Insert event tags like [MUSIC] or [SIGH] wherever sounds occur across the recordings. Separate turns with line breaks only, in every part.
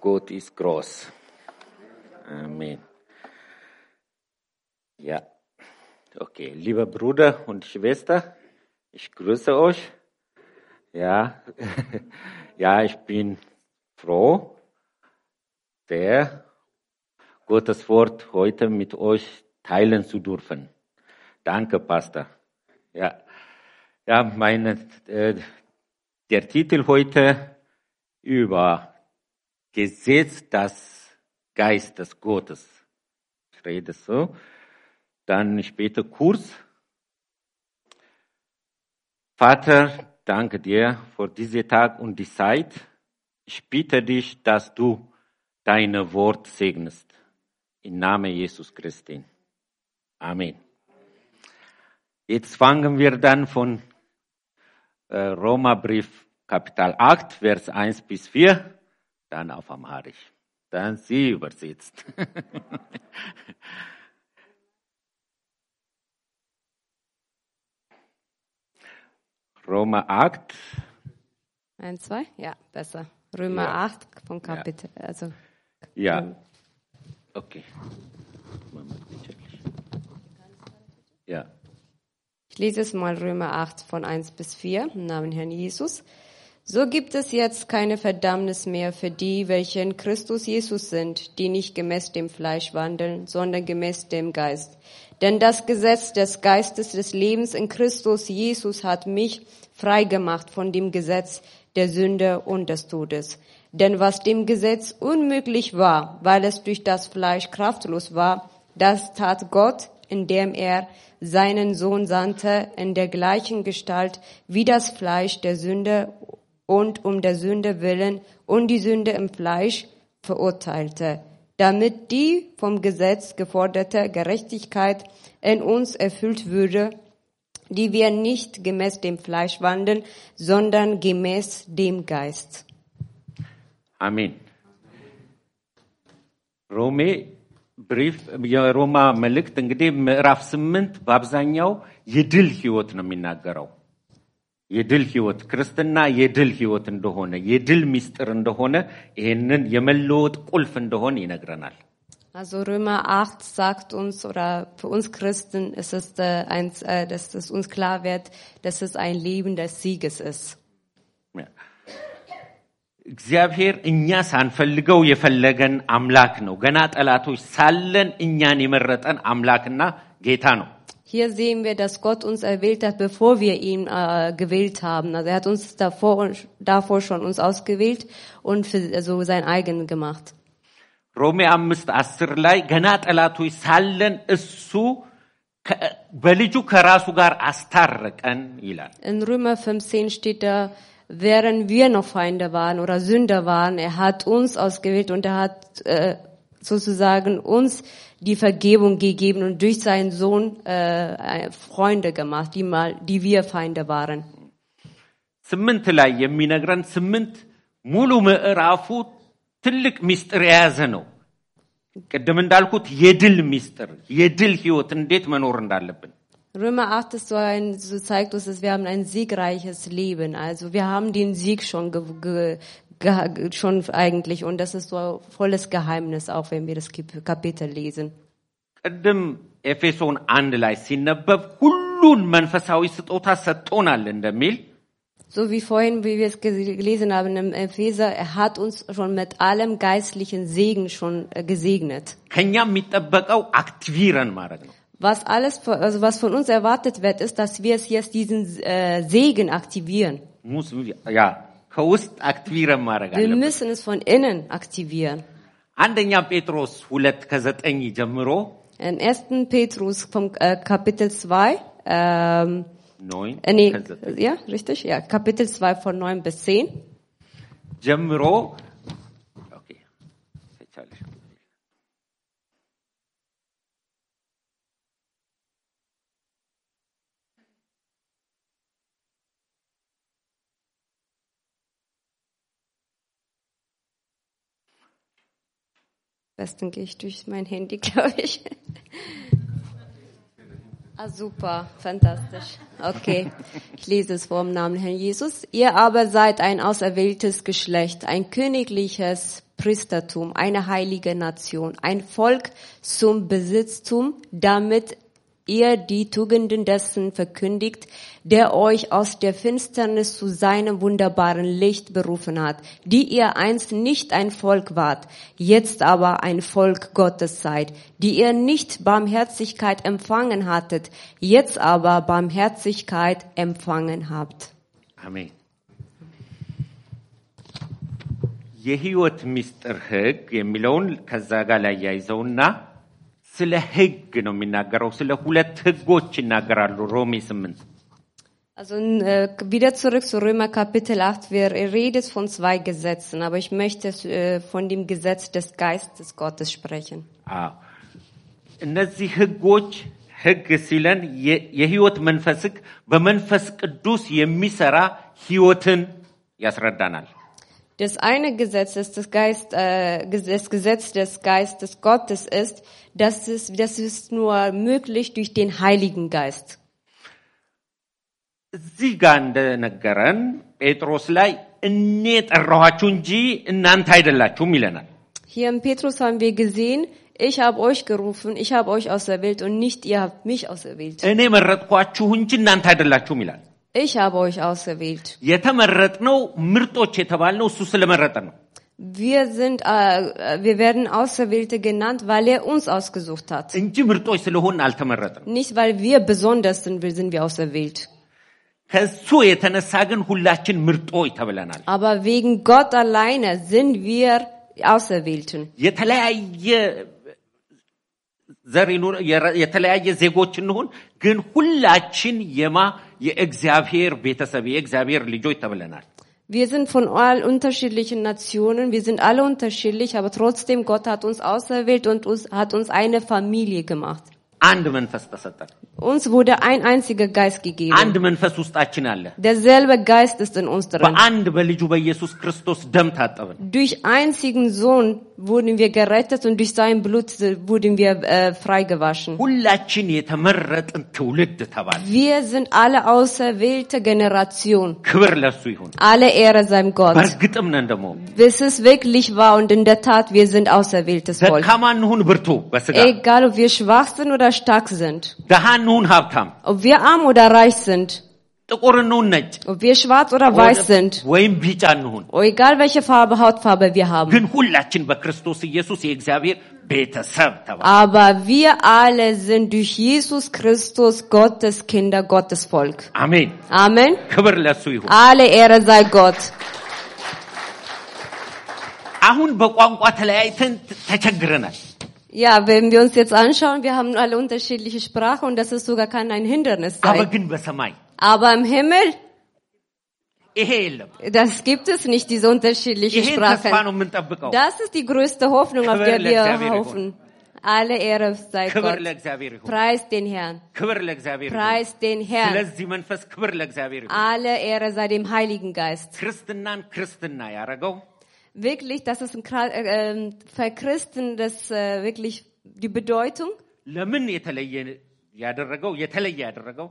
Gott ist groß. Amen. Ja. Okay, lieber Bruder und Schwester, ich grüße euch. Ja, [LAUGHS] ja, ich bin froh, der Gottes Wort heute mit euch teilen zu dürfen. Danke, Pastor. Ja, ja, meine, äh, der Titel heute über Gesetz des Geistes Gottes. Ich rede so. Dann später kurz. Vater, danke dir für diesen Tag und die Zeit. Ich bitte dich, dass du deine Wort segnest. Im Namen Jesus Christi. Amen. Jetzt fangen wir dann von äh, Roma-Brief Kapitel 8, Vers 1 bis 4, dann auf Amharisch. Dann sie übersetzt. [LAUGHS] Roma 8,
Ein, zwei? Ja, besser. Römer
Ja.
8 von Kapitel. Also,
ja. Okay. Moment, bitte. Ja.
ich lese es mal Römer 8 von 1 bis 4 im Namen Herrn Jesus. So gibt es jetzt keine Verdammnis mehr für die, welche in Christus Jesus sind, die nicht gemäß dem Fleisch wandeln, sondern gemäß dem Geist. Denn das Gesetz des Geistes des Lebens in Christus Jesus hat mich freigemacht von dem Gesetz der Sünde und des Todes. Denn was dem Gesetz unmöglich war, weil es durch das Fleisch kraftlos war, das tat Gott, indem er seinen Sohn sandte in der gleichen Gestalt wie das Fleisch der Sünde und um der Sünde willen und die Sünde im Fleisch verurteilte, damit die vom Gesetz geforderte Gerechtigkeit in uns erfüllt würde, die wir nicht gemäß dem Fleisch wandeln, sondern gemäß dem Geist.
Amen. ሮሜ ብሪፍ የሮማ መልእክት እንግዲህ ምዕራፍ ስምንት በአብዛኛው የድል ህይወት ነው የሚናገረው። የድል ህይወት ክርስትና የድል ህይወት እንደሆነ የድል ምስጢር እንደሆነ ይህንን የመለወጥ ቁልፍ እንደሆነ ይነግረናል።
Also Römer 8 sagt uns, oder für uns Christen ist es, äh, eins, äh, dass es uns klar wird, dass es ein Leben des Sieges ist.
እግዚአብሔር እኛ ሳንፈልገው የፈለገን አምላክ ነው። ገና ጠላቶች ሳለን እኛን የመረጠን አምላክና ጌታ ነው።
Hier sehen wir, dass Gott uns erwählt hat, bevor wir ihn äh, gewählt haben. Also er hat uns davor, davor schon uns ausgewählt und für, also sein eigen gemacht.
ሮሜ አምስት አስር ላይ ገና ጠላቶች ሳለን እሱ ከ- በልጁ ከራሱ ጋር አስታረቀን ይላል።
In Römer 15 steht da, während wir noch Feinde waren oder Sünder waren, er hat uns ausgewählt und er hat äh, sozusagen uns die Vergebung gegeben und durch seinen Sohn äh, äh, Freunde gemacht, die mal, die wir Feinde waren.
ስምንት ላይ የሚነግረን ስምንት ሙሉ ምዕራፉ ትልቅ ምስጢር የያዘ ነው። ቅድም እንዳልኩት የድል ምስጢር፣ የድል ህይወት እንዴት መኖር እንዳለብን
Römer 8 ist so ein, so zeigt uns, dass wir haben ein siegreiches Leben. Also wir haben den Sieg schon ge, ge, ge, schon eigentlich und das ist so volles Geheimnis, auch wenn wir das Kap- Kapitel lesen.
ቅድም ኤፌሶን አንድ ላይ ሲነበብ ሁሉን መንፈሳዊ ስጦታ ሰጥቶናል እንደሚል
So wie vorhin, wie wir es gel- gelesen haben im Epheser, er hat uns schon mit allem geistlichen Segen schon äh, gesegnet.
ከኛ የሚጠበቀው አክቲቪረን ማድረግ ነው።
Was alles, von- also was von uns erwartet wird, ist, dass wir es jetzt diesen äh, Segen aktivieren.
ሙስ ያ ከውስጥ አክቲቪረን ማድረግ
Wir
አለብን።
müssen es von innen aktivieren.
አንደኛ ጴጥሮስ ሁለት ከዘጠኝ ጀምሮ
Im 1. Petrus vom äh, Kapitel 2, ähm,
ኖይ
äh, nee,
ከዘጠኝ
ja, richtig, ja, Kapitel 2 von 9 bis 10.
ጀምሮ ኦኬ፣ ተቻለሽ።
Besten gehe ich durch mein Handy, [LAUGHS] glaube ich. Ah, super, fantastisch. Okay, ich lese es vor im Namen Herrn Jesus. Ihr aber seid ein auserwähltes Geschlecht, ein königliches Priestertum, eine heilige Nation, ein Volk zum Besitztum, damit ihr die Tugenden dessen verkündigt, der euch aus der Finsternis zu seinem wunderbaren Licht berufen hat, die ihr einst nicht ein Volk wart, jetzt aber ein Volk Gottes seid, die ihr nicht Barmherzigkeit empfangen hattet, jetzt aber Barmherzigkeit empfangen habt.
Amen. የህይወት ምስጢር ህግ የሚለውን ከዛ ጋር ላይ ያይዘውና ስለ ህግ ነው የሚናገረው። ስለ ሁለት ህጎች ይናገራሉ። ሮሜ ስምንት
Also äh, wieder zurück zu Römer Kapitel 8. Wir redet von zwei Gesetzen, aber ich möchte äh, von dem Gesetz des Geistes Gottes sprechen.
አዎ። እነዚህ ህጎች ህግ ሲለን የ- የህይወት መንፈስ ህግ በመንፈስ ቅዱስ የሚሰራ ህይወትን ያስረዳናል።
Das eine Gesetz ist das Geist, äh, Ges- das Gesetz des Geistes Gottes ist, dass es, das ist nur möglich durch den Heiligen Geist.
እዚህ ጋር እንደነገረን ጴጥሮስ ላይ እኔ ጠራኋችሁ እንጂ እናንተ አይደላችሁም ይለናል።
Hier in Petrus haben wir gesehen, ich habe euch gerufen, ich habe euch auserwählt und nicht ihr habt mich auserwählt.
እኔ መረጥኳችሁ እንጂ እናንተ አይደላችሁም ይላል።
Ich habe euch auserwählt.
የተመረጥነው ምርጦች የተባልነው እሱ ስለመረጠ ነው።
Wir sind, äh, wir werden Auserwählte genannt, weil er uns ausgesucht hat.
እንጂ ምርጦች ስለሆን አልተመረጥንም።
Nicht weil wir besonders sind, wir- sind wir auserwählt.
ከሱ የተነሳ ግን ሁላችን ምርጦች ተብለናል።
Aber wegen Gott alleine sind wir Auserwählten.
የተለያየ ዘር ይኑር፣ የረ- የተለያየ ዜጎች እንሆን፣ ግን ሁላችን የማ የእግዚአብሔር ቤተሰብ የእግዚአብሔር ልጆች ተብለናል።
Wir sind von all unterschiedlichen Nationen, wir sind alle unterschiedlich, aber trotzdem Gott hat uns auserwählt und uns, hat uns eine Familie gemacht.
አንድ መንፈስ ተሰጠን።
Uns wurde ein einziger Geist gegeben.
አንድ መንፈስ ውስጣችን አለ።
Derselbe Geist ist in uns drin.
በአንድ በልጁ በኢየሱስ ክርስቶስ ደም ታጠብን።
Durch einzigen Sohn wurden wir gerettet und durch sein Blut äh, wurden wir äh, freigewaschen.
ሁላችን የተመረጥን ትውልድ ተባለ።
Wir sind alle auserwählte Generation.
ክብር ለሱ ይሁን።
Alle Ehre seinem Gott.
በእርግጥም ነን ደግሞ
Es ist wirklich wahr und in der Tat, wir sind auserwähltes Volk.
ደካማ እንሁን ብርቱ በስጋ
Egal, ob wir schwach sind oder stark sind,
ድሃ እንሁን ሀብታም፣
ob wir arm oder reich sind,
ጥቁር እንሁን ነጭ፣
ob wir schwarz oder weiß sind, oh,
ወይም ቢጫ እንሁን፣
egal welche Farbe, Hautfarbe wir haben.
ግን ሁላችን በክርስቶስ ኢየሱስ የእግዚአብሔር ቤተሰብ ተባለ።
Aber wir alle sind durch Jesus Christus Gottes Kinder, Gottes Volk.
አሜን።
Amen.
ክብር ለሱ ይሁን።
Alle Ehre sei Gott.
አሁን በቋንቋ ተለያይተን ት- ተቸግረናል።
Ja, wenn wir uns jetzt anschauen, wir haben alle unterschiedliche Sprache und das ist sogar kein ein Hindernis
አበ
sein.
ግን በሰማይ
Aber im Himmel,
ይሄ የለም።
das gibt es nicht, diese unterschiedlichen
ይሄን ተስፋ
Sprachen.
ነው የምንጠብቀው።
Das ist die größte Hoffnung, auf
Quelle
der
Xavier
wir hoffen. Alle Ehre sei
ክብር
Gott.
ለእግዚአብሔር ይሁን።
Preis den Herrn.
ክብር ለእግዚአብሔር ይሁን።
Preis den Herrn.
ስለዚህ መንፈስ ክብር ለእግዚአብሔር ይሁን።
Alle Ehre sei dem Heiligen Geist.
ክርስትናን ክርስትና ያደረገው
Wirklich, das ist ein Kra- äh, ähm, Verchristen, das äh, wirklich die Bedeutung.
ለምን የተለየ ያደረገው የተለየ ያደረገው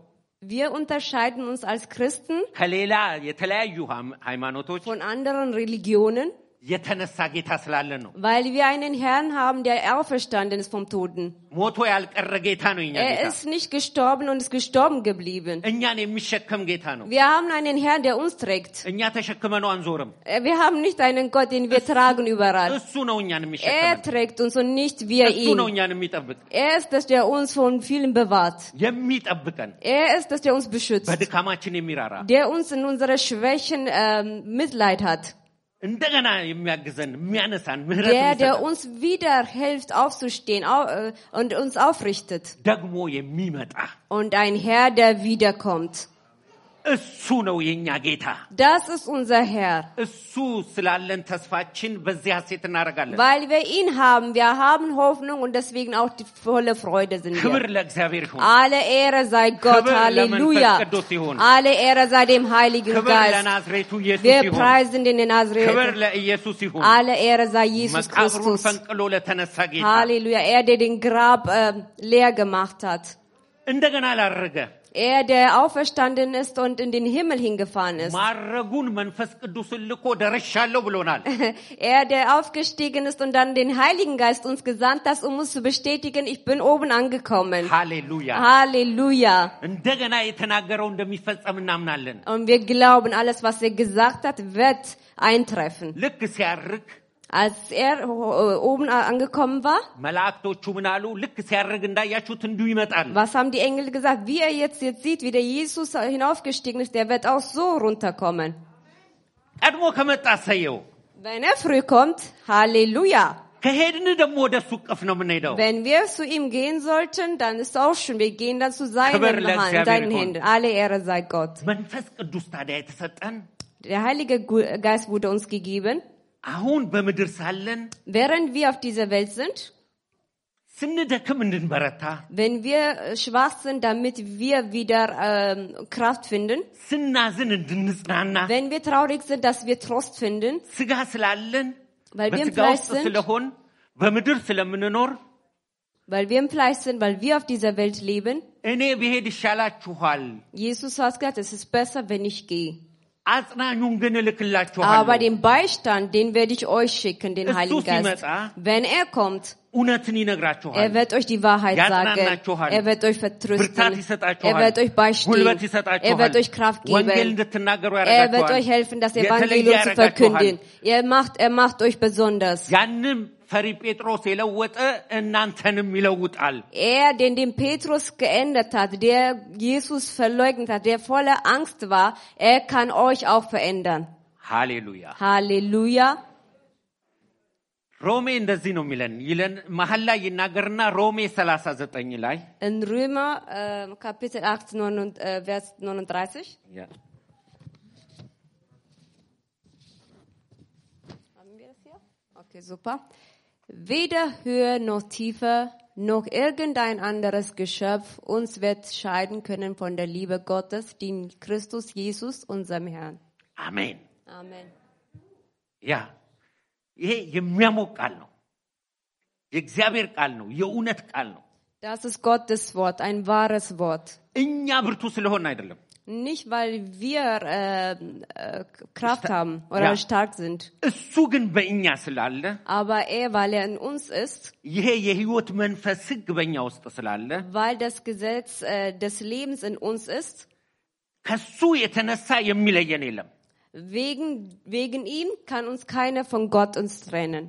Wir unterscheiden uns als Christen
ከሌላ የተለያዩ ሃም- ሃይማኖቶች
von anderen Religionen,
የተነሳ ጌታ ስላለ ነው።
weil wir einen Herrn haben, der auferstanden ist vom Toten.
ሞቶ ያልቀረ ጌታ ነው የኛ
Er
ጌታ።
ist nicht gestorben und ist gestorben geblieben.
እኛን የሚሸከም ጌታ ነው።
Wir haben einen Herrn, der uns trägt.
እኛ ተሸክመነው አንዞርም።
Äh, Wir haben nicht einen Gott, den wir tragen überall.
እሱ ነው እኛን
Er
የሚሸከመን።
trägt uns und nicht wir
እሱ ነው
ihn.
እኛን የሚጠብቅ
Er ist es, der uns von vielen bewahrt.
የሚጠብቀን
Er ist es, der uns beschützt.
በድካማችን የሚራራ
Der uns in unsere Schwächen ähm, Mitleid hat.
እንደገና የሚያግዘን የሚያነሳን ምህረት
Der, der
የሚሰጠን፣
uns wieder hilft aufzustehen au äh, und uns aufrichtet.
ደግሞ የሚመጣ
Und ein Herr, der wiederkommt.
እሱ ነው የእኛ ጌታ።
Das ist unser Herr.
እሱ ስላለን ተስፋችን በዚህ ሐሴት እናደርጋለን።
Weil wir ihn haben. Wir haben Hoffnung und deswegen auch die volle Freude sind
ክብር
wir.
ለእግዚአብሔር ይሁን።
Alle Ehre sei Gott.
Kıvır
Halleluja.
lemen feskı dosyun.
Alle Ehre sei dem Heiligen
ክብር
Geist.
ለናዝሬቱ ኢየሱስ
Wir
ይሁን።
preisen den
ክብር
Nazareth.
ለኢየሱስ ይሁን።
Alle Ehre sei Jesus
መቃብሩን
Christus.
ፈንቅሎ ለተነሳ ጌታ
Halleluja. Er, der den Grab äh, leer gemacht ähm, hat.
እንደገና ላረገ
Er, der auferstanden ist und in den Himmel hingefahren ist.
ማረጉን መንፈስ ቅዱስን ልኮ ደርሻለሁ ብሎናል።
[LAUGHS] Er, der aufgestiegen ist und dann den Heiligen Geist uns gesandt hat, um uns zu bestätigen, ich bin oben angekommen.
ሃሌሉያ
Halleluja.
እንደገና የተናገረው እንደሚፈጸም እናምናለን።
Und wir glauben, alles, was er gesagt hat, wird eintreffen.
ልክ ሲያርግ
Als er ho- oben angekommen war,
መላእክቶቹ ምን አሉ? ልክ ሲያርግ እንዳያችሁት እንዲሁ ይመጣል።
was haben die Engel gesagt? Wie er jetzt, jetzt sieht, wie der Jesus hinaufgestiegen ist, der wird auch so runterkommen.
ቀድሞ ከመጣ ሰየው
Wenn er früh kommt, Halleluja.
ከሄድን ደግሞ ወደ እሱ እቅፍ ነው የምንሄደው።
Wenn wir zu ihm gehen sollten, dann ist auch schon, wir gehen dann zu
Kümmer
seinen,
lässt
Hand,
ja
seinen
wenig
Händen. Alle Ehre sei Gott.
መንፈስ ቅዱስ ታዲያ የተሰጠን
Der Heilige Gu- Geist wurde uns gegeben.
አሁን በምድር ሳለን
Während wir auf dieser Welt sind,
ስንደክም እንድንበረታ፣
wenn wir äh, schwach sind, damit wir wieder ähm, Kraft finden,
ስናዝን እንድንጽናና፣
wenn wir traurig sind, dass wir Trost finden,
ስጋ ስላለን
weil wir im
በስጋ
Fleisch
ውስጥ
sind,
ስለሆን በምድር ስለምንኖር
weil wir im Fleisch sind, weil wir auf dieser Welt leben.
እኔ ብሄድ ይሻላችኋል፣
Jesus hat gesagt, es ist besser, wenn ich gehe.
አጽናኙን ግን
Aber
እልክላችኋለሁ፣
den Beistand, den werde ich euch schicken, den
Ist
Heiligen
so viel
Geist.
mehr da?
Wenn er kommt,
እውነትን ይነግራችኋል፣
er wird euch die Wahrheit
Ja,
sagen.
Nachohal.
Er wird euch
ብርታት
vertrösten.
ይሰጣችኋል፣
Er wird euch beistehen.
ጉልበት
Er
ይሰጣችኋል፣
wird euch Kraft
ወንጌል
geben.
እንድትናገሩ
Er wird
ያደርጋችኋል፣
euch helfen, das
የተለየ
Evangelium zu verkündigen.
ያደርጋችኋል።
Er macht, er macht euch besonders.
ያንም ፈሪ ጴጥሮስ የለወጠ እናንተንም ይለውጣል።
Er, den den Petrus geändert hat, der Jesus verleugnet hat, der voller Angst war, er kann euch auch verändern.
ሃሌሉያ።
Halleluja.
ሮሜ እንደዚህ ነው የሚለን ይለን መሀል ላይ ይናገርና ሮሜ 39 ላይ
In Römer äh, Kapitel 8, 9, äh, Vers 39.
Ja.
Haben wir das hier? Okay, super. Weder Höhe noch Tiefe noch irgendein anderes Geschöpf uns wird scheiden können von der Liebe Gottes, die in Christus Jesus, unserem Herrn.
አሜን።
Amen.
ያ ይሄ የሚያሞቅ ቃል ነው። የእግዚአብሔር ቃል ነው። የእውነት ቃል ነው።
Das ist Gottes Wort, ein wahres Wort.
እኛ ብርቱ ስለሆን አይደለም።
Nicht, weil wir ähm, äh, Kraft haben oder
Ja.
stark sind,
እሱ ግን በእኛ ስላለ
aber er, weil er in uns ist,
ይሄ የህይወት መንፈስ ህግ በእኛ ውስጥ ስላለ
weil das Gesetz äh, des Lebens in uns ist,
ከሱ የተነሳ የሚለየን የለም።
wegen, wegen ihm kann uns keiner von Gott uns trennen.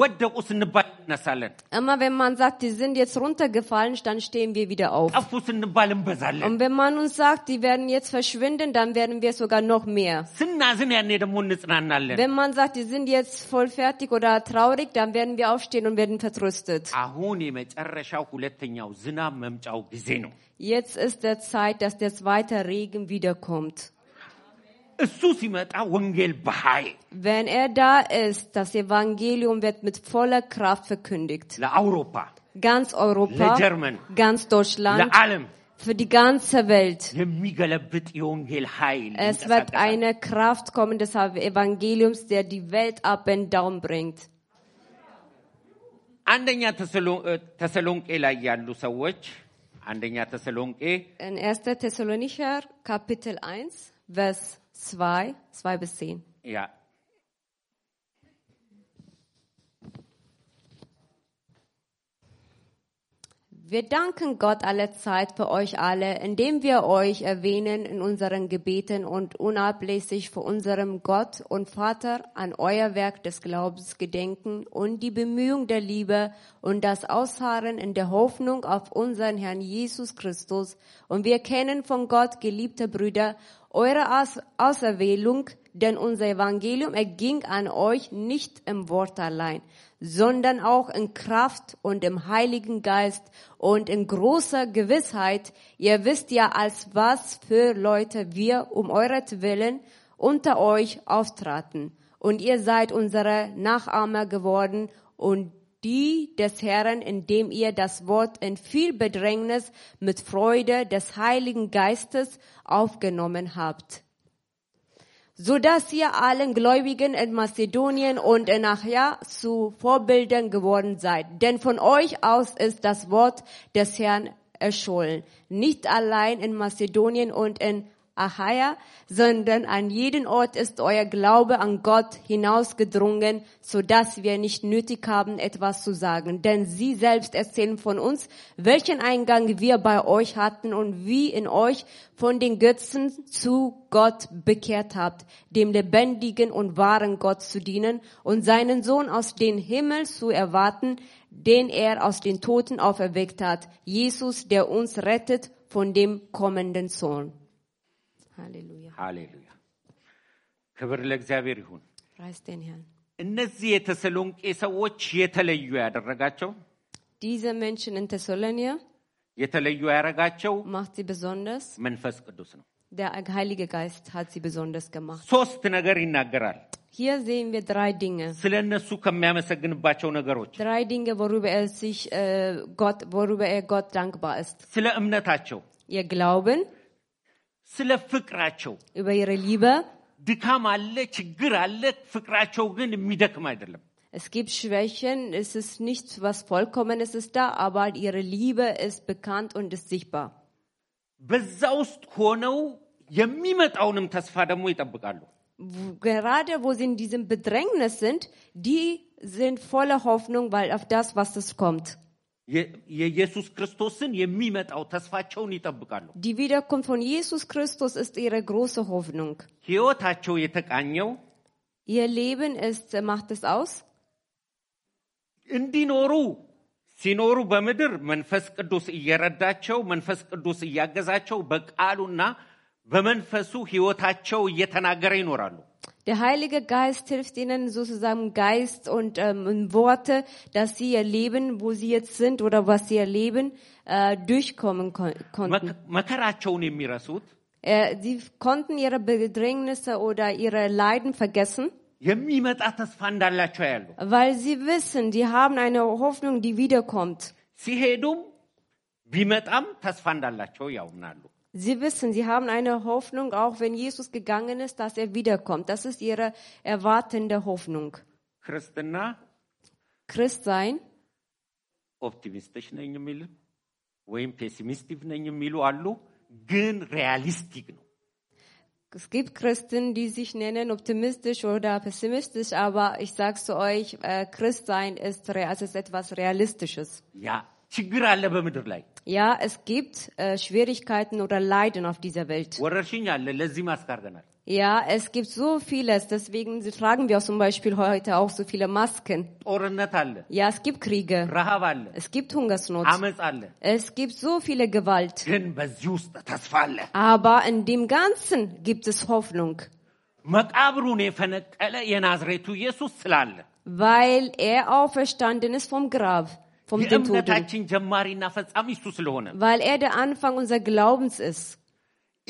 ወደቁ ስንባል እነሳለን፣
Immer wenn man sagt, die sind jetzt runtergefallen, dann stehen wir wieder auf.
ጠፉ ስንባል እንበዛለን፣
Und wenn man uns sagt, die werden jetzt verschwinden, dann werden wir sogar noch mehr.
ስናዝን ያኔ ደግሞ እንጽናናለን።
Wenn man sagt, die sind jetzt voll fertig oder traurig, dann werden wir aufstehen und werden vertröstet.
አሁን የመጨረሻው ሁለተኛው ዝናብ መምጫው ጊዜ ነው።
Jetzt ist der Zeit, dass der zweite Regen wiederkommt.
እሱ ሲመጣ ወንጌል በኃይል
Wenn er da ist, das Evangelium wird mit voller Kraft verkündigt.
ለአውሮፓ፣
Ganz Europa,
ለጀርመን፣
ganz Deutschland,
ለዓለም
für die ganze Welt.
የሚገለብጥ የወንጌል ኃይል
Es wird
ይንቀሳቀሳል።
eine Kraft kommen des Evangeliums, der die Welt up and down bringt.
አንደኛ ተሰሎ- ተሰሎንቄ ላይ ያሉ ሰዎች አንደኛ ተሰሎንቄ
In 1. Thessalonicher, Kapitel 1, Vers 2, 2 bis 10.
ያ
Wir danken Gott alle Zeit für euch alle, indem wir euch erwähnen in unseren Gebeten und unablässig vor unserem Gott und Vater an euer Werk des Glaubens gedenken und die Bemühung der Liebe und das Ausharren in der Hoffnung auf unseren Herrn Jesus Christus. Und wir kennen von Gott, geliebte Brüder, eure Aus Auserwählung, denn unser Evangelium erging an euch nicht im Wort allein, sondern auch in Kraft und im Heiligen Geist und in großer Gewissheit. Ihr wisst ja, als was für Leute wir um euretwillen unter euch auftraten. Und ihr seid unsere Nachahmer geworden und die des Herrn, indem ihr das Wort in viel Bedrängnis mit Freude des Heiligen Geistes aufgenommen habt so dass ihr allen Gläubigen in Mazedonien und in Achaia zu Vorbildern geworden seid. Denn von euch aus ist das Wort des Herrn erschollen. Nicht allein in Mazedonien und in Achaia, sondern an jeden Ort ist euer Glaube an Gott hinausgedrungen, so dass wir nicht nötig haben, etwas zu sagen. Denn sie selbst erzählen von uns, welchen Eingang wir bei euch hatten und wie in euch von den Götzen zu Gott bekehrt habt, dem lebendigen und wahren Gott zu dienen und seinen Sohn aus den Himmel zu erwarten, den er aus den Toten auferweckt hat, Jesus, der uns rettet von dem kommenden Zorn. Halleluja.
ሃሌሉያ ክብር ለእግዚአብሔር ይሁን
Preis den Herrn.
እነዚህ የተሰሎንቄ ሰዎች የተለዩ ያደረጋቸው
Diese Menschen in Thessalonia
የተለዩ ያደረጋቸው
macht sie besonders.
መንፈስ ቅዱስ ነው
Der Heilige Geist hat sie besonders gemacht.
ሶስት ነገር ይናገራል
Hier sehen wir drei Dinge.
ስለ እነሱ ከሚያመሰግንባቸው ነገሮች
Drei Dinge, worüber er sich äh, Gott, worüber er Gott dankbar ist.
ስለ እምነታቸው
Ihr Glauben,
ስለ ፍቅራቸው
über ihre Liebe.
ድካም አለ ችግር አለ ፍቅራቸው ግን የሚደክም አይደለም
Es gibt Schwächen, es ist nicht was Vollkommenes ist da, aber ihre Liebe ist bekannt und ist sichtbar.
በዛ ውስጥ ሆነው የሚመጣውንም ተስፋ ደግሞ ይጠብቃሉ
Wo- Gerade wo sie in diesem Bedrängnis sind, die sind voller Hoffnung, weil auf das, was es kommt.
የ- የኢየሱስ ክርስቶስን የሚመጣው ተስፋቸውን ይጠብቃሉ
Die Wiederkunft von Jesus Christus ist ihre große Hoffnung.
ህይወታቸው የተቃኘው
Ihr Leben ist, äh, macht es aus,
እንዲኖሩ ሲኖሩ በምድር መንፈስ ቅዱስ እየረዳቸው መንፈስ ቅዱስ እያገዛቸው በቃሉና በመንፈሱ ህይወታቸው እየተናገረ ይኖራሉ
Der Heilige Geist hilft ihnen sozusagen Geist und ähm, in Worte, dass sie ihr Leben, wo sie jetzt sind oder was sie erleben, äh, durchkommen kon konnten.
መክ- መከራቸውን የሚረሱት
Äh, sie konnten ihre Bedrängnisse oder ihre Leiden vergessen,
የሚመጣ ተስፋ እንዳላቸው ያሉ
weil sie wissen, die haben eine Hoffnung, die wiederkommt.
ሲሄዱም ቢመጣም ተስፋ እንዳላቸው ያውናሉ
Sie wissen, sie haben eine Hoffnung, auch wenn Jesus gegangen ist, dass er wiederkommt. Das ist ihre erwartende Hoffnung.
ክርስትና
Christsein,
ኦፕቲሚስቶች ነኝ የሚል ወይም ፔሲሚስቲክ ነኝ የሚሉ አሉ ግን ሪያሊስቲክ ነው
Es gibt Christen, die sich nennen optimistisch oder pessimistisch, aber ich sag's zu euch, äh, Christsein ist, rea- also ist etwas Realistisches.
ያ ችግር አለ በምድር ላይ
Ja, es gibt äh, Schwierigkeiten oder Leiden auf dieser Welt.
ወረርሽኝ አለ ለዚህ ማስክ አድርገናል
Ja, es gibt so vieles, deswegen tragen wir auch zum Beispiel heute auch so viele Masken.
ጦርነት አለ
Ja, es gibt Kriege,
ረሃብ አለ
es gibt Hungersnot,
አመፅ አለ
es gibt so viele Gewalt.
ግን በዚህ ውስጥ ተስፋ አለ
Aber in dem Ganzen gibt es Hoffnung,
መቃብሩን የፈነቀለ የናዝሬቱ ኢየሱስ ስላለ
weil er auferstanden ist vom Grab, vom den Toten.
የእምነታችን ጀማሪና ፈጻሚ እሱ ስለሆነ
weil er der Anfang unser Glaubens ist.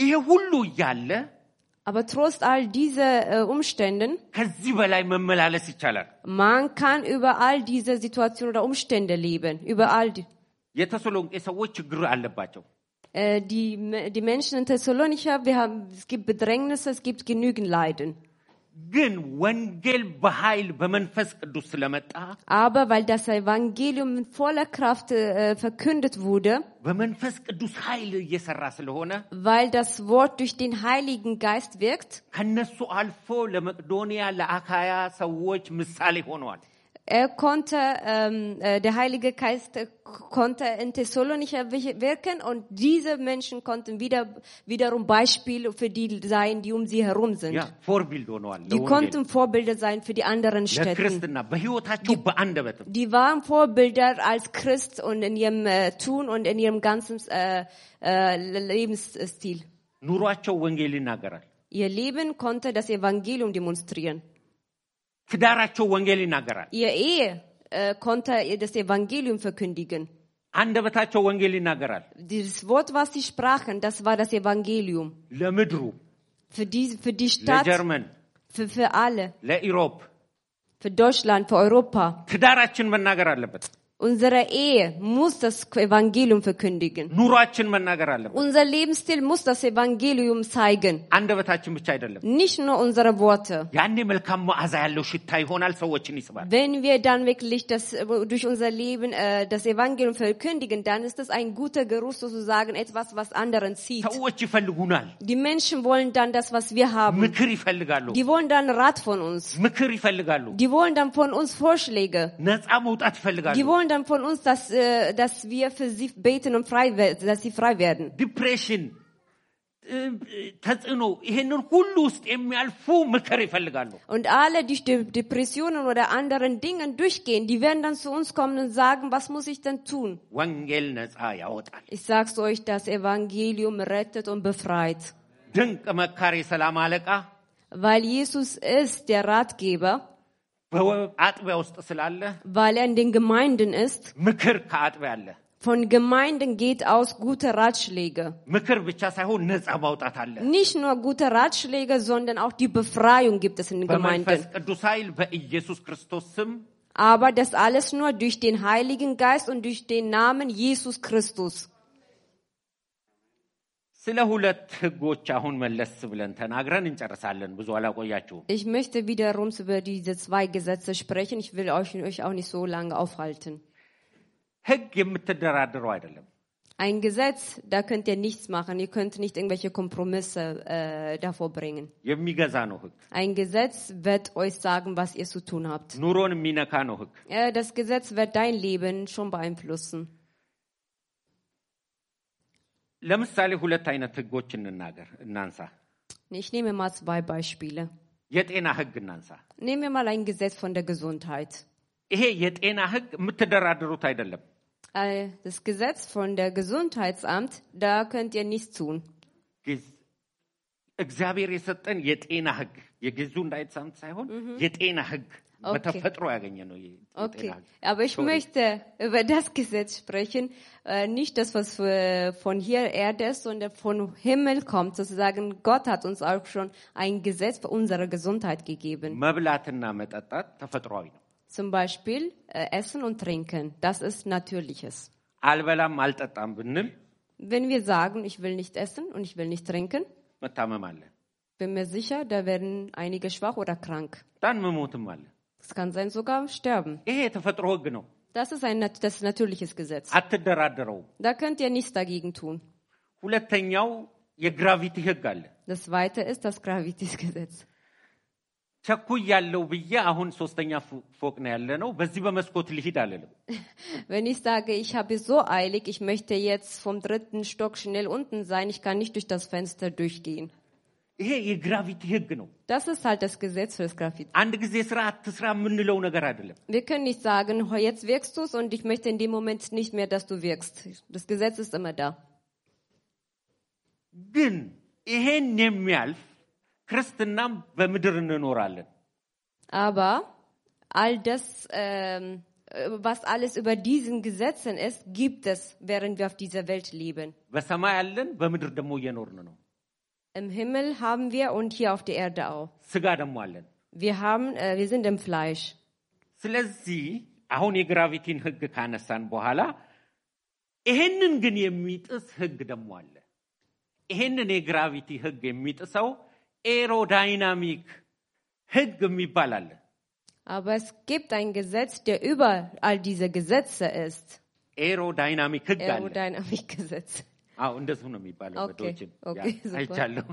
ይሄ ሁሉ እያለ
Aber trotz all dieser äh, Umständen,
ከዚህ በላይ መመላለስ ይቻላል
man kann über all diese Situationen oder Umstände leben. Über all die,
የተሰሎንቄ ሰዎች ችግር አለባቸው
äh, die, Me- die Menschen in Thessalonica, wir haben, es gibt Bedrängnisse, es gibt genügend Leiden.
ግን ወንጌል በኃይል በመንፈስ ቅዱስ ስለመጣ
Aber weil das Evangelium mit voller Kraft äh, verkündet wurde,
በመንፈስ ቅዱስ ኃይል እየሰራ ስለሆነ
weil das Wort durch den Heiligen Geist wirkt,
ከነሱ አልፎ ለመቅዶንያ ለአካያ ሰዎች ምሳሌ ሆነዋል
Er konnte, ähm, äh, der Heilige Geist äh, konnte in Thessalonica wir- wirken und diese Menschen konnten wieder, wiederum Beispiele für die sein, die um sie herum sind.
ያ ፎርቢልድ ሆነዋል
Die
ለወንጌል
konnten Vorbilder sein für die anderen Städte.
ለክርስትና በህይወታቸው በአንደበትም
Die waren Vorbilder als Christ und in ihrem äh, Tun und in ihrem ganzen äh, äh, Lebensstil.
ኑሯቸው ወንጌል ይናገራል
Ihr Leben konnte das Evangelium demonstrieren.
ትዳራቸው ወንጌል ይናገራል
Ihr Ehe äh, konnte ihr das Evangelium verkündigen.
አንደበታቸው ወንጌል ይናገራል
Dieses Wort, was sie sprachen, das war das Evangelium.
ለምድሩ
Für die, für die Stadt,
ለጀርመን
für, für alle,
ለኢሮፕ
für Deutschland, für Europa.
ትዳራችን መናገር አለበት
Unsere Ehe muss das Evangelium verkündigen.
ኑሯችን መናገር አለብን።
Unser Lebensstil muss das Evangelium zeigen.
አንደበታችን ብቻ አይደለም።
Nicht nur unsere Worte.
ያኔ መልካም መዓዛ ያለው ሽታ ይሆናል፣ ሰዎችን ይስባል።
Wenn wir dann wirklich das, äh, durch unser Leben äh, das Evangelium verkündigen, dann ist das ein guter Geruch sozusagen, etwas, was anderen zieht.
ሰዎች ይፈልጉናል፣
Die Menschen wollen dann das, was wir haben.
ምክር ይፈልጋሉ፣
Die wollen dann Rat von uns.
ምክር ይፈልጋሉ፣
Die wollen dann von uns Vorschläge.
ነፃ መውጣት
Die
ይፈልጋሉ።
wollen dann von uns, dass, äh, dass wir für sie beten und frei, we- dass sie frei werden.
ዲፕሬሽን እ- እ- ተጽዕኖ ይሄንን ሁሉ ውስጥ የሚያልፉ ምክር ይፈልጋሉ።
Und alle, die De- Depressionen oder anderen Dingen durchgehen, die werden dann zu uns kommen und sagen, was muss ich denn tun?
ወንጌል ነፃ ያወጣል።
Ich sag's euch, das Evangelium rettet und befreit.
ድንቅ መካሪ የሰላም አለቃ
Weil Jesus ist der Ratgeber,
በወ- አጥቢያ ውስጥ ስላለ
weil er in den Gemeinden ist.
ምክር ከአጥቢያ አለ።
Von Gemeinden geht aus gute Ratschläge.
ምክር ብቻ ሳይሆን ነፃ ማውጣት አለ።
Nicht nur gute Ratschläge, sondern auch die Befreiung gibt es in den
በመንፈስ
Gemeinden.
ቅዱስ ኃይል በኢየሱስ ክርስቶስ ስም
Aber das alles nur durch den Heiligen Geist und durch den Namen Jesus Christus.
ስለ ሁለት ህጎች አሁን መለስ ብለን ተናግረን እንጨርሳለን። ብዙ አላቆያችሁም።
Ich möchte wiederum über diese zwei Gesetze sprechen. Ich will euch, euch auch nicht so lange aufhalten.
ህግ የምትደራደረው አይደለም።
Ein Gesetz, da könnt ihr nichts machen. Ihr könnt nicht irgendwelche Kompromisse äh, davor bringen.
የሚገዛ ነው ህግ።
Ein Gesetz wird euch sagen, was ihr zu tun habt.
ኑሮን የሚነካ ነው ህግ።
Äh, das Gesetz wird dein Leben schon beeinflussen.
ለምሳሌ ሁለት አይነት ህጎች እንናገር እናንሳ።
Ich nehme mal zwei Beispiele.
የጤና ህግ እናንሳ።
Nehmen wir mal ein Gesetz von der Gesundheit.
ይሄ የጤና ህግ የምትደራደሩት አይደለም።
Äh, Das Gesetz von der Gesundheitsamt, da könnt ihr nichts tun.
ግዝ- እግዚአብሔር የሰጠን የጤና ህግ የግዙ እንዳይተሳምት ሳይሆን የጤና ህግ
ኦኬ።
በተፈጥሮ ያገኘ ነው። ይሄ
Okay,
የጤና ህግ።
aber ich
Sorry.
möchte über das Gesetz sprechen, äh, nicht das, was äh, von hier Erde ist, sondern von Himmel kommt. Sozusagen, Gott hat uns auch schon ein Gesetz für unsere Gesundheit gegeben.
መብላትና መጠጣት ተፈጥሯዊ ነው።
Zum Beispiel äh, Essen und Trinken, das ist Natürliches.
አልበላም አልጠጣም ብንል
Wenn wir sagen, ich will nicht essen und ich will nicht trinken,
መታመም አለ፣
bin mir sicher, da werden einige schwach oder krank.
ዳን መሞትም አለ።
Es kann sein, sogar sterben.
ይሄ የተፈጥሮ ህግ ነው።
Das ist ein nat- das ist natürliches Gesetz.
አትደራደረውም።
Da könnt ihr nichts dagegen tun.
ሁለተኛው የግራቪቲ ህግ አለ።
Das zweite ist das Gravitis-Gesetz.
ቸኩይ ያለው ብዬ አሁን ሶስተኛ ፎ- ፎቅ ነው ያለ ነው። በዚህ በመስኮት ልሂድ አልልም።
Wenn ich sage, ich habe es so eilig, ich möchte jetzt vom dritten Stock schnell unten sein, ich kann nicht durch das Fenster durchgehen.
ይሄ የግራቪቲ ህግ ነው።
Das ist halt das Gesetz für das Gravitis.
አንድ ጊዜ ስራ አትስራ የምንለው ነገር አይደለም።
Wir können nicht sagen, "Ho, jetzt wirkst du es und ich möchte in dem Moment nicht mehr, dass du wirkst. Das Gesetz ist immer da.
ግን ይሄን የሚያልፍ ክርስትናም በምድር እንኖራለን።
Aber all das, ähm, äh, was alles über diesen Gesetzen ist, gibt es, während wir auf dieser Welt leben.
በሰማይ ያለን በምድር ደግሞ እየኖርን ነው።
Im Himmel haben wir und hier auf der Erde auch.
ስጋ ደግሞ አለን።
Wir haben, äh, wir sind im Fleisch.
ስለዚህ አሁን የግራቪቲን ህግ ካነሳን በኋላ ይሄንን ግን የሚጥስ ህግ ደግሞ አለ። ይሄንን የግራቪቲ ህግ የሚጥሰው ኤሮዳይናሚክ ህግ የሚባል አለ።
Aber es gibt ein Gesetz, der über all diese Gesetze ist.
ኤሮዳይናሚክ ህግ አለ።
[LAUGHS] Aerodynamikgesetz.
አዎ እንደሱ ነው የሚባለው።
ኦኬ፣
በዶችን
ኦኬ፣
ያ፣
ሱፐር።
አይቻለሁ።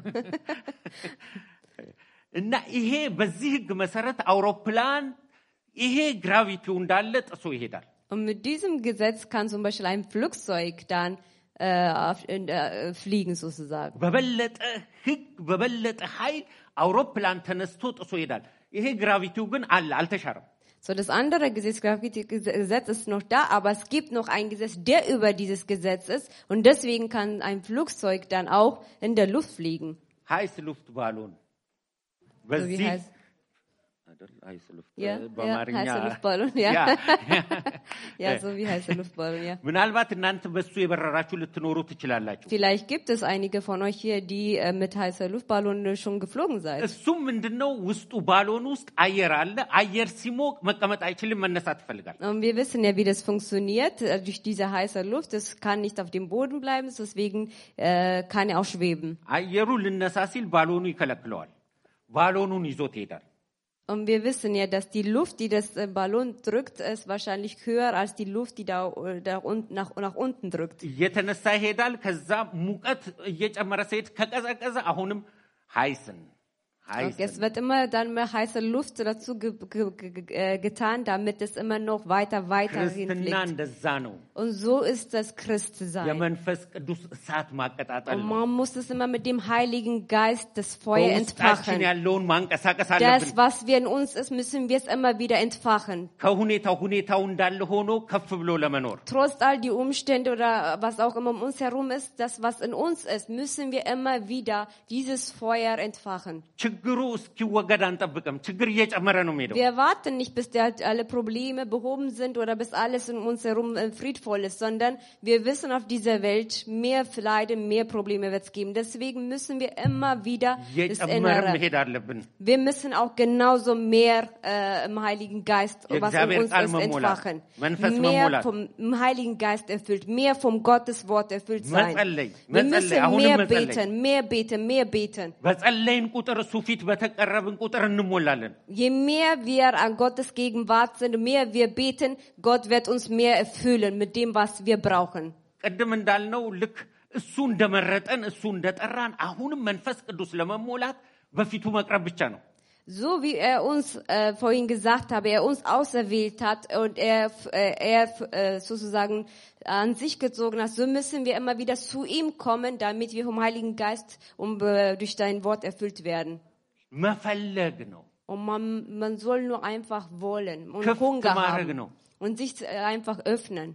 እና ይሄ በዚህ ህግ መሰረት አውሮፕላን ይሄ ግራቪቲው እንዳለ ጥሶ ይሄዳል።
Und mit diesem Gesetz kann zum Beispiel ein Flugzeug dann äh, auf, in, äh, fliegen sozusagen.
በበለጠ ህግ በበለጠ ኃይል አውሮፕላን ተነስቶ ጥሶ ይሄዳል። ይሄ ግራቪቲው ግን አለ፣ አልተሻረም።
So, das andere Gesetz, Gesetz ist noch da, aber es gibt noch ein Gesetz, der über dieses Gesetz ist. Und deswegen kann ein Flugzeug dann auch in der Luft fliegen.
ሀይስ ሉፍት ባሎን
So wie
በዚህ
heißt
አይደል? አይስ ልፍት
Ja, ja
በአማርኛ
heißer Luftballon, ja.
ያ
ja. so wie heißer Luftballon, ja.
ምናልባት እናንተ በሱ የበረራችሁ ልትኖሩ ትችላላችሁ።
Vielleicht gibt es einige von euch hier, die äh, mit heißer Luftballon schon geflogen seid.
እሱም ምንድነው ውስጡ ባሎን ውስጥ አየር አለ። አየር ሲሞቅ መቀመጥ አይችልም፣ መነሳት ይፈልጋል።
Und Ähm, wir wissen ja, wie das funktioniert. Äh, Durch diese heiße Luft, es kann nicht auf dem Boden bleiben, deswegen äh, kann er auch schweben.
አየሩ ልነሳ ሲል ባሎኑ ይከለክለዋል። ባሎኑን ይዞት ይሄዳል።
Und wir wissen ja, dass die Luft, die das äh, Ballon drückt, ist wahrscheinlich höher als die Luft, die da, äh, da unten nach, nach unten drückt.
እየተነሳ ይሄዳል። ከዛ ሙቀት እየጨመረ ሲሄድ ከቀዘቀዘ አሁንም ሃይስን
Und
ሃይስን
es wird immer dann mehr heiße Luft dazu ge ge ge ge- äh, getan, damit es immer noch weiter, weiter
ክርስትና
hinfliegt.
እንደዛ ነው።
Und so ist das Christsein.
የመንፈስ ቅዱስ እሳት ማቀጣጠል
Und
ነው።
man muss es immer mit dem Heiligen Geist das Feuer
በውስጣችን
entfachen.
ያለውን ማንቀሳቀስ አለብን።
Das, was wir in uns ist, müssen wir es immer wieder entfachen.
ከሁኔታው ሁኔታው እንዳለ ሆኖ ከፍ ብሎ ለመኖር
Trotz all die Umstände oder was auch immer um uns herum ist, das, was in uns ist, müssen wir immer wieder dieses Feuer entfachen.
ችግሩ እስኪወገድ አንጠብቅም። ችግር እየጨመረ ነው የሚሄደው።
Wir warten nicht, bis der, alle Probleme behoben sind oder bis alles um uns herum äh, friedvoll ist, sondern wir wissen auf dieser Welt, mehr Leiden, mehr Probleme wird es geben. Deswegen müssen wir immer wieder das
እየጨመረ
Innere
መሄድ አለብን።
Wir müssen auch genauso mehr äh, im Heiligen Geist,
Ja,
was
እግዚአብሔር
in uns
ቃል
ist,
መሞላት፣
entfachen.
መንፈስ
Mehr
መሞላት።
vom im Heiligen Geist erfüllt, mehr vom Gottes Wort erfüllt sein.
መጸለይ፣
Wir
መጸለይ፣
müssen
አሁንም
mehr
መጸለይ።
beten, mehr beten, mehr beten.
በጸለይን ቁጥር እሱ ፊት በተቀረብን ቁጥር እንሞላለን።
Je mehr wir an Gottes Gegenwart sind, mehr wir beten, Gott wird uns mehr erfüllen mit dem, was wir brauchen.
ቅድም እንዳልነው ልክ እሱ እንደመረጠን እሱ እንደጠራን አሁንም መንፈስ ቅዱስ ለመሞላት በፊቱ መቅረብ ብቻ ነው።
So wie er uns äh, vorhin gesagt habe, er uns auserwählt hat und er, f- äh, er f- äh, sozusagen an sich gezogen hat, so müssen wir immer wieder zu ihm kommen, damit wir vom Heiligen Geist um, äh, durch dein Wort erfüllt werden.
መፈለግ ነው።
Und man, man soll nur einfach wollen und
Köpfe
Hunger
mal
haben
genau.
und sich äh, einfach öffnen.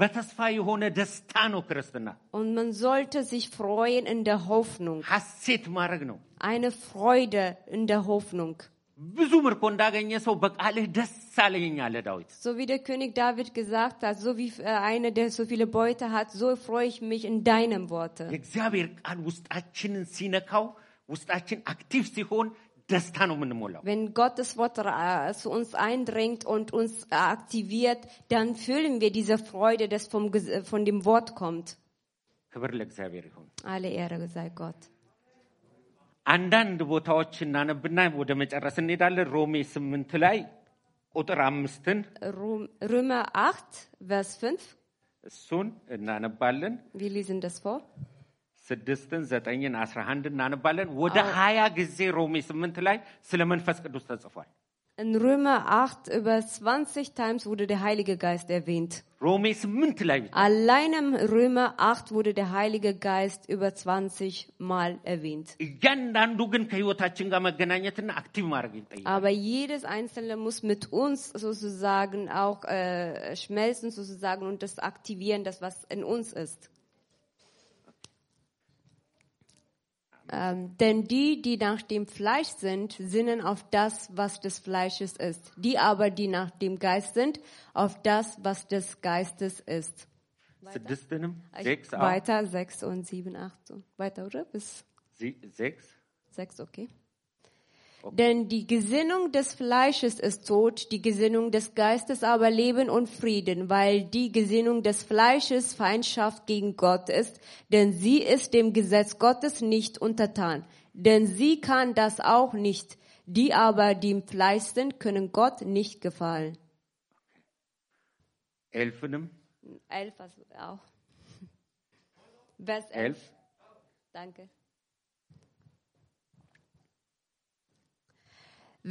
በተስፋ የሆነ ደስታ ነው ክርስትና።
Und man sollte sich freuen in der Hoffnung.
ሐሴት ማድረግ ነው።
Eine Freude in der Hoffnung.
ብዙ ምርኮ እንዳገኘ ሰው በቃልህ ደስ አለኝ አለ ዳዊት።
So wie der König David gesagt hat, so wie äh, einer, der so viele Beute hat, so freue ich mich in deinem Worte.
የእግዚአብሔር ቃል ውስጣችንን ሲነካው ውስጣችን አክቲቭ ሲሆን ደስታ ነው የምንሞላው።
Wenn Gottes Wort äh, zu uns eindringt und uns äh, aktiviert, dann fühlen wir diese Freude, das vom, Ges- äh, von dem Wort kommt.
ክብር ለእግዚአብሔር ይሁን።
Alle Ehre sei Gott.
አንዳንድ ቦታዎች እናነብና ወደ መጨረስ እንሄዳለን። ሮሜ ስምንት ላይ ቁጥር አምስትን
Rom- Römer 8, Vers 5.
እሱን እናነባለን።
Wir lesen das vor.
ስድስትን ዘጠኝን አስራ አንድ እናነባለን። ወደ ሀያ ጊዜ ሮሜ ስምንት ላይ ስለ መንፈስ ቅዱስ ተጽፏል።
In Römer 8 über 20 Times wurde der Heilige Geist erwähnt.
ሮሜ ስምንት ላይ ብቻ።
Allein im Römer 8 wurde der Heilige Geist über 20 Mal erwähnt.
እያንዳንዱ ግን ከህይወታችን ጋር መገናኘትና አክቲቭ ማድረግ ይጠይቃል።
Aber jedes Einzelne muss mit uns sozusagen auch äh, schmelzen sozusagen und das aktivieren, das was in uns ist. Ähm, denn die, die nach dem Fleisch sind, sinnen auf das, was des Fleisches ist. Die aber, die nach dem Geist sind, auf das, was des Geistes ist.
ስድስትንም
Ich,
ዜክስ አዎ፣
weiter sechs und sieben, acht. So. Weiter, oder? Bis
ዚ- ዜክስ
6, okay. Denn die Gesinnung des Fleisches ist Tod, die Gesinnung des Geistes aber Leben und Frieden, weil die Gesinnung des Fleisches Feindschaft gegen Gott ist, denn sie ist dem Gesetz Gottes nicht untertan, denn sie kann das auch nicht. Die aber, die im Fleisch sind, können Gott nicht gefallen.
ኤልፍንም
Elf, also auch. Vers elf.
ኤልፍ
Danke.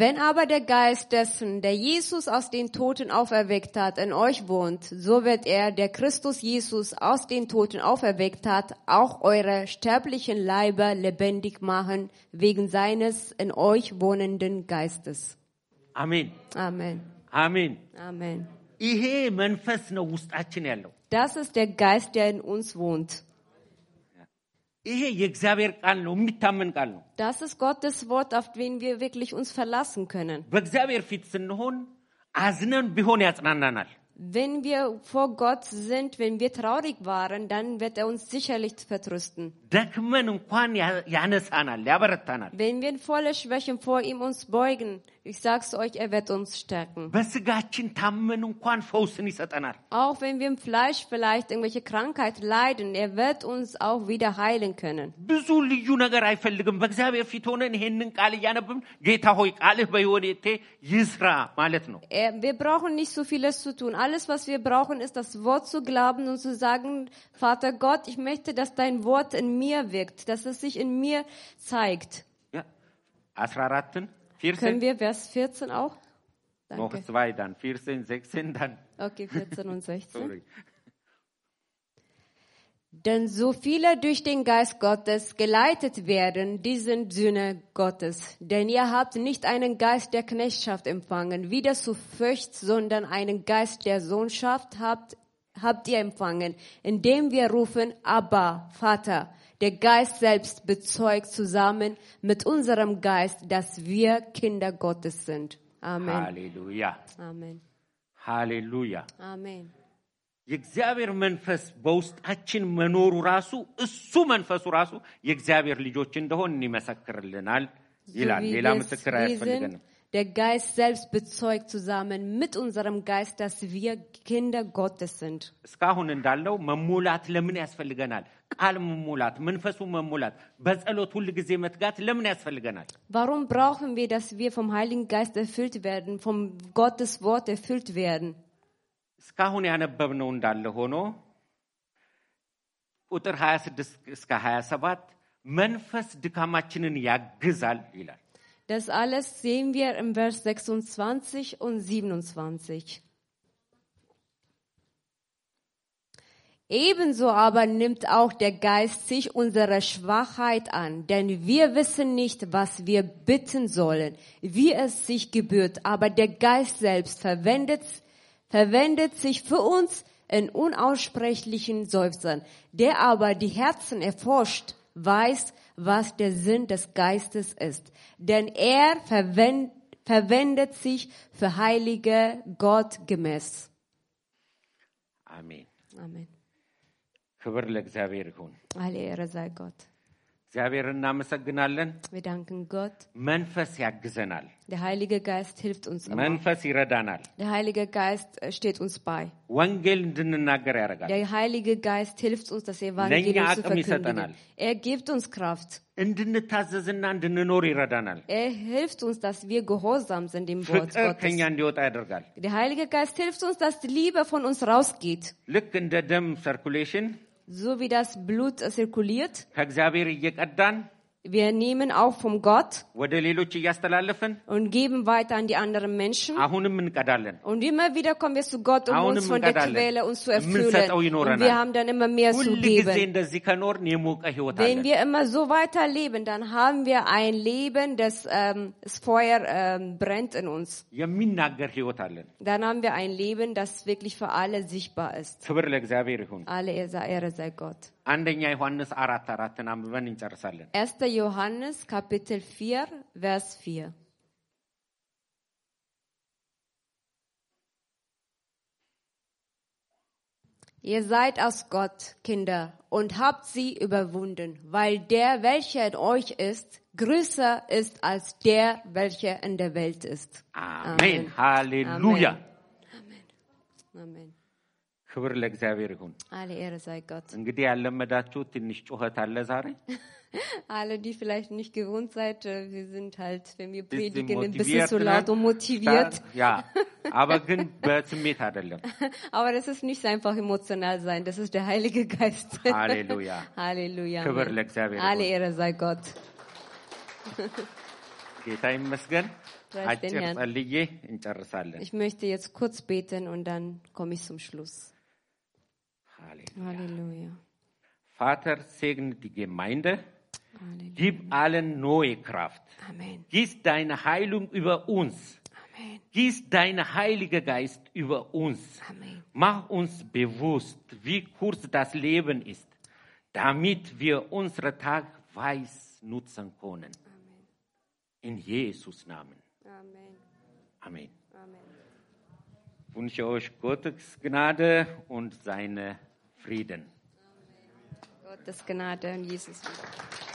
Wenn aber der Geist dessen, der Jesus aus den Toten auferweckt hat, in euch wohnt, so wird er, der Christus Jesus aus den Toten auferweckt hat, auch eure sterblichen Leiber lebendig machen, wegen seines in euch wohnenden Geistes.
አሜን
Amen.
አሜን።
Amen.
ይሄ መንፈስ ነው ውስጣችን ያለው።
Das ist der Geist, der in uns wohnt.
ይሄ የእግዚአብሔር ቃል ነው፣ የሚታመን ቃል ነው።
Das ist Gottes Wort, auf wen wir wirklich uns verlassen können.
በእግዚአብሔር ፊት ስንሆን አዝነን ቢሆን ያጽናናናል።
Wenn wir vor Gott sind, wenn wir traurig waren, dann wird er uns sicherlich vertrösten.
ደክመን እንኳን ያ- ያነሳናል፣ ያበረታናል።
Wenn wir in voller Schwächen vor ihm uns beugen, ich sag's euch, er wird uns stärken.
በስጋችን ታመን እንኳን ፈውስን ይሰጠናል።
Auch wenn wir im Fleisch vielleicht irgendwelche Krankheit leiden, er wird uns auch wieder heilen können.
ብዙ ልዩ ነገር አይፈልግም። በእግዚአብሔር ፊት ሆነን ይሄንን ቃል እያነብም ጌታ ሆይ ቃልህ በሕይወቴ ይስራ ማለት ነው።
Er, wir brauchen nicht so vieles zu tun. Alles, was wir brauchen, ist das Wort zu glauben und zu sagen, Vater Gott, ich möchte, dass dein Wort in mir wirkt, dass es sich in mir zeigt.
ያ 14ን
Können
14
wir Vers 14 auch?
noch
Danke.
zwei dann 14 16 dann
Okay, 14 und 16.
sorry.
Denn so viele durch den Geist Gottes geleitet werden, die sind Söhne Gottes. Denn ihr habt nicht einen Geist der Knechtschaft empfangen, wieder zu Fürcht, sondern einen Geist der Sohnschaft habt, habt ihr empfangen, indem wir rufen, Abba, Vater. Der Geist selbst bezeugt zusammen mit unserem Geist, dass wir Kinder Gottes sind. Amen.
ሃሌሉያ
Amen.
ሃሌሉያ
Amen.
የእግዚአብሔር መንፈስ በውስጣችን መኖሩ ራሱ እሱ መንፈሱ ራሱ የእግዚአብሔር ልጆች እንደሆን ይመሰክርልናል
So
ይላል
wie
ሌላ
wir es
ምስክር
wir
አያስፈልገንም
sind, der Geist selbst bezeugt zusammen mit unserem Geist, dass wir Kinder Gottes sind.
እስካሁን እንዳልነው መሙላት ለምን ያስፈልገናል ቃል መሙላት መንፈሱ መሙላት በጸሎት ሁል ጊዜ መትጋት ለምን ያስፈልገናል
Warum brauchen wir, dass wir vom Heiligen Geist erfüllt werden, vom Gottes Wort erfüllt werden?
እስካሁን ያነበብነው እንዳለ ሆኖ ቁጥር 26 እስከ 27 መንፈስ ድካማችንን ያግዛል ይላል።
Das alles sehen wir im Vers 26 und 27. Ebenso aber nimmt auch der Geist sich unserer Schwachheit an, denn wir wissen nicht, was wir bitten sollen, wie es sich gebührt, aber der Geist selbst verwendet, verwendet sich für uns in unaussprechlichen Seufzern, der aber die Herzen erforscht, weiß, was der Sinn des Geistes ist, denn er verwendet, verwendet sich für Heilige Gott gemäß.
አሜን።
Amen.
ክብር ለእግዚአብሔር ይሁን።
Alle Ehre sei Gott.
እግዚአብሔር እናመሰግናለን።
Wir danken Gott.
መንፈስ ያግዘናል።
Der Heilige Geist hilft uns immer.
መንፈስ ይረዳናል።
Der Heilige Geist äh, steht uns bei.
ወንጌል እንድንናገር ያደርጋል።
Der Heilige Geist hilft uns, das Evangelium
Länger
zu
Atem ist Satan.
verkündigen. Er gibt uns Kraft.
እንድንታዘዝና እንድንኖር ይረዳናል።
Er hilft uns, dass wir gehorsam sind dem Wort
ፍቅር ከኛ
Gottes.
እንዲወጣ ያደርጋል።
Der Heilige Geist hilft uns, dass die Liebe von uns rausgeht.
ልክ እንደ ደም ሰርኩሌሽን
So wie das Blut äh, zirkuliert,
ከእግዚአብሔር እየቀዳን
wir nehmen auch vom Gott
ወደ ሌሎች እያስተላለፍን
und geben weiter an die anderen Menschen.
አሁንም እንቀዳለን።
Und immer wieder kommen wir zu Gott, um
Ahunim
uns von der
እንቀዳለን።
Quelle uns zu
የምንሰጠው
erfüllen.
ይኖረናል።
Und wir haben dann immer mehr zu
ሁል ጊዜ
geben.
እንደዚህ ከኖርን የሞቀ ህይወት
Wenn
አለን።
wir immer so weiterleben, dann haben wir ein Leben, das, ähm, das Feuer ähm, brennt in uns.
የሚናገር ህይወት አለን።
Dann haben wir ein Leben, das wirklich für alle sichtbar ist.
ክብር ለእግዚአብሔር ይሁን።
Alle Ehre Ehre sei Gott.
አንደኛ ዮሐንስ አራት አራትን አንብበን እንጨርሳለን።
1. Johannes Kapitel 4, Vers 4. Ihr seid aus Gott, Kinder, und habt sie überwunden, weil der, welcher in euch ist, größer ist als der, welcher in der Welt ist.
አሜን፣ ሃሌሉያ።
Amen.
ክብር ለእግዚአብሔር ይሁን።
Alle Ehre sei Gott.
እንግዲህ ያለመዳችሁ ትንሽ ጩኸት አለ ዛሬ።
Alle, die vielleicht nicht gewohnt seid, äh, wir sind halt, wenn wir
Bisschen
predigen, ein bisschen
motiviert ne?
so laut
ነን።
und motiviert.
ታ- ያ አበ ግን በስሜት አይደለም።
[LAUGHS] Aber das ist nicht einfach emotional sein, das ist der Heilige Geist.
Halleluja.
[LAUGHS] Halleluja.
ክብር ለእግዚአብሔር ይሁን።
Alle Ehre sei Gott.
ጌታ ይመስገን።
Preis den
አጭር
Herrn።
ጸልዬ እንጨርሳለን።
Ich möchte jetzt kurz beten und dann komme ich zum Schluss.
ሃሌሉያ።
Halleluja.
Vater, segne die Gemeinde.
Halleluja.
Gib allen neue Kraft.
Amen.
Gieß deine Heilung über uns.
Amen.
Gieß deine Heilige Geist über uns.
Amen.
Mach uns bewusst, wie kurz das Leben ist. damit wir unseren Tag weiß nutzen können.
Amen.
In Jesus Namen.
Amen.
Amen.
Amen.
Wünsche euch Gottes Gnade und seine Frieden.
Gottes Gnade und Jesus. Liebe.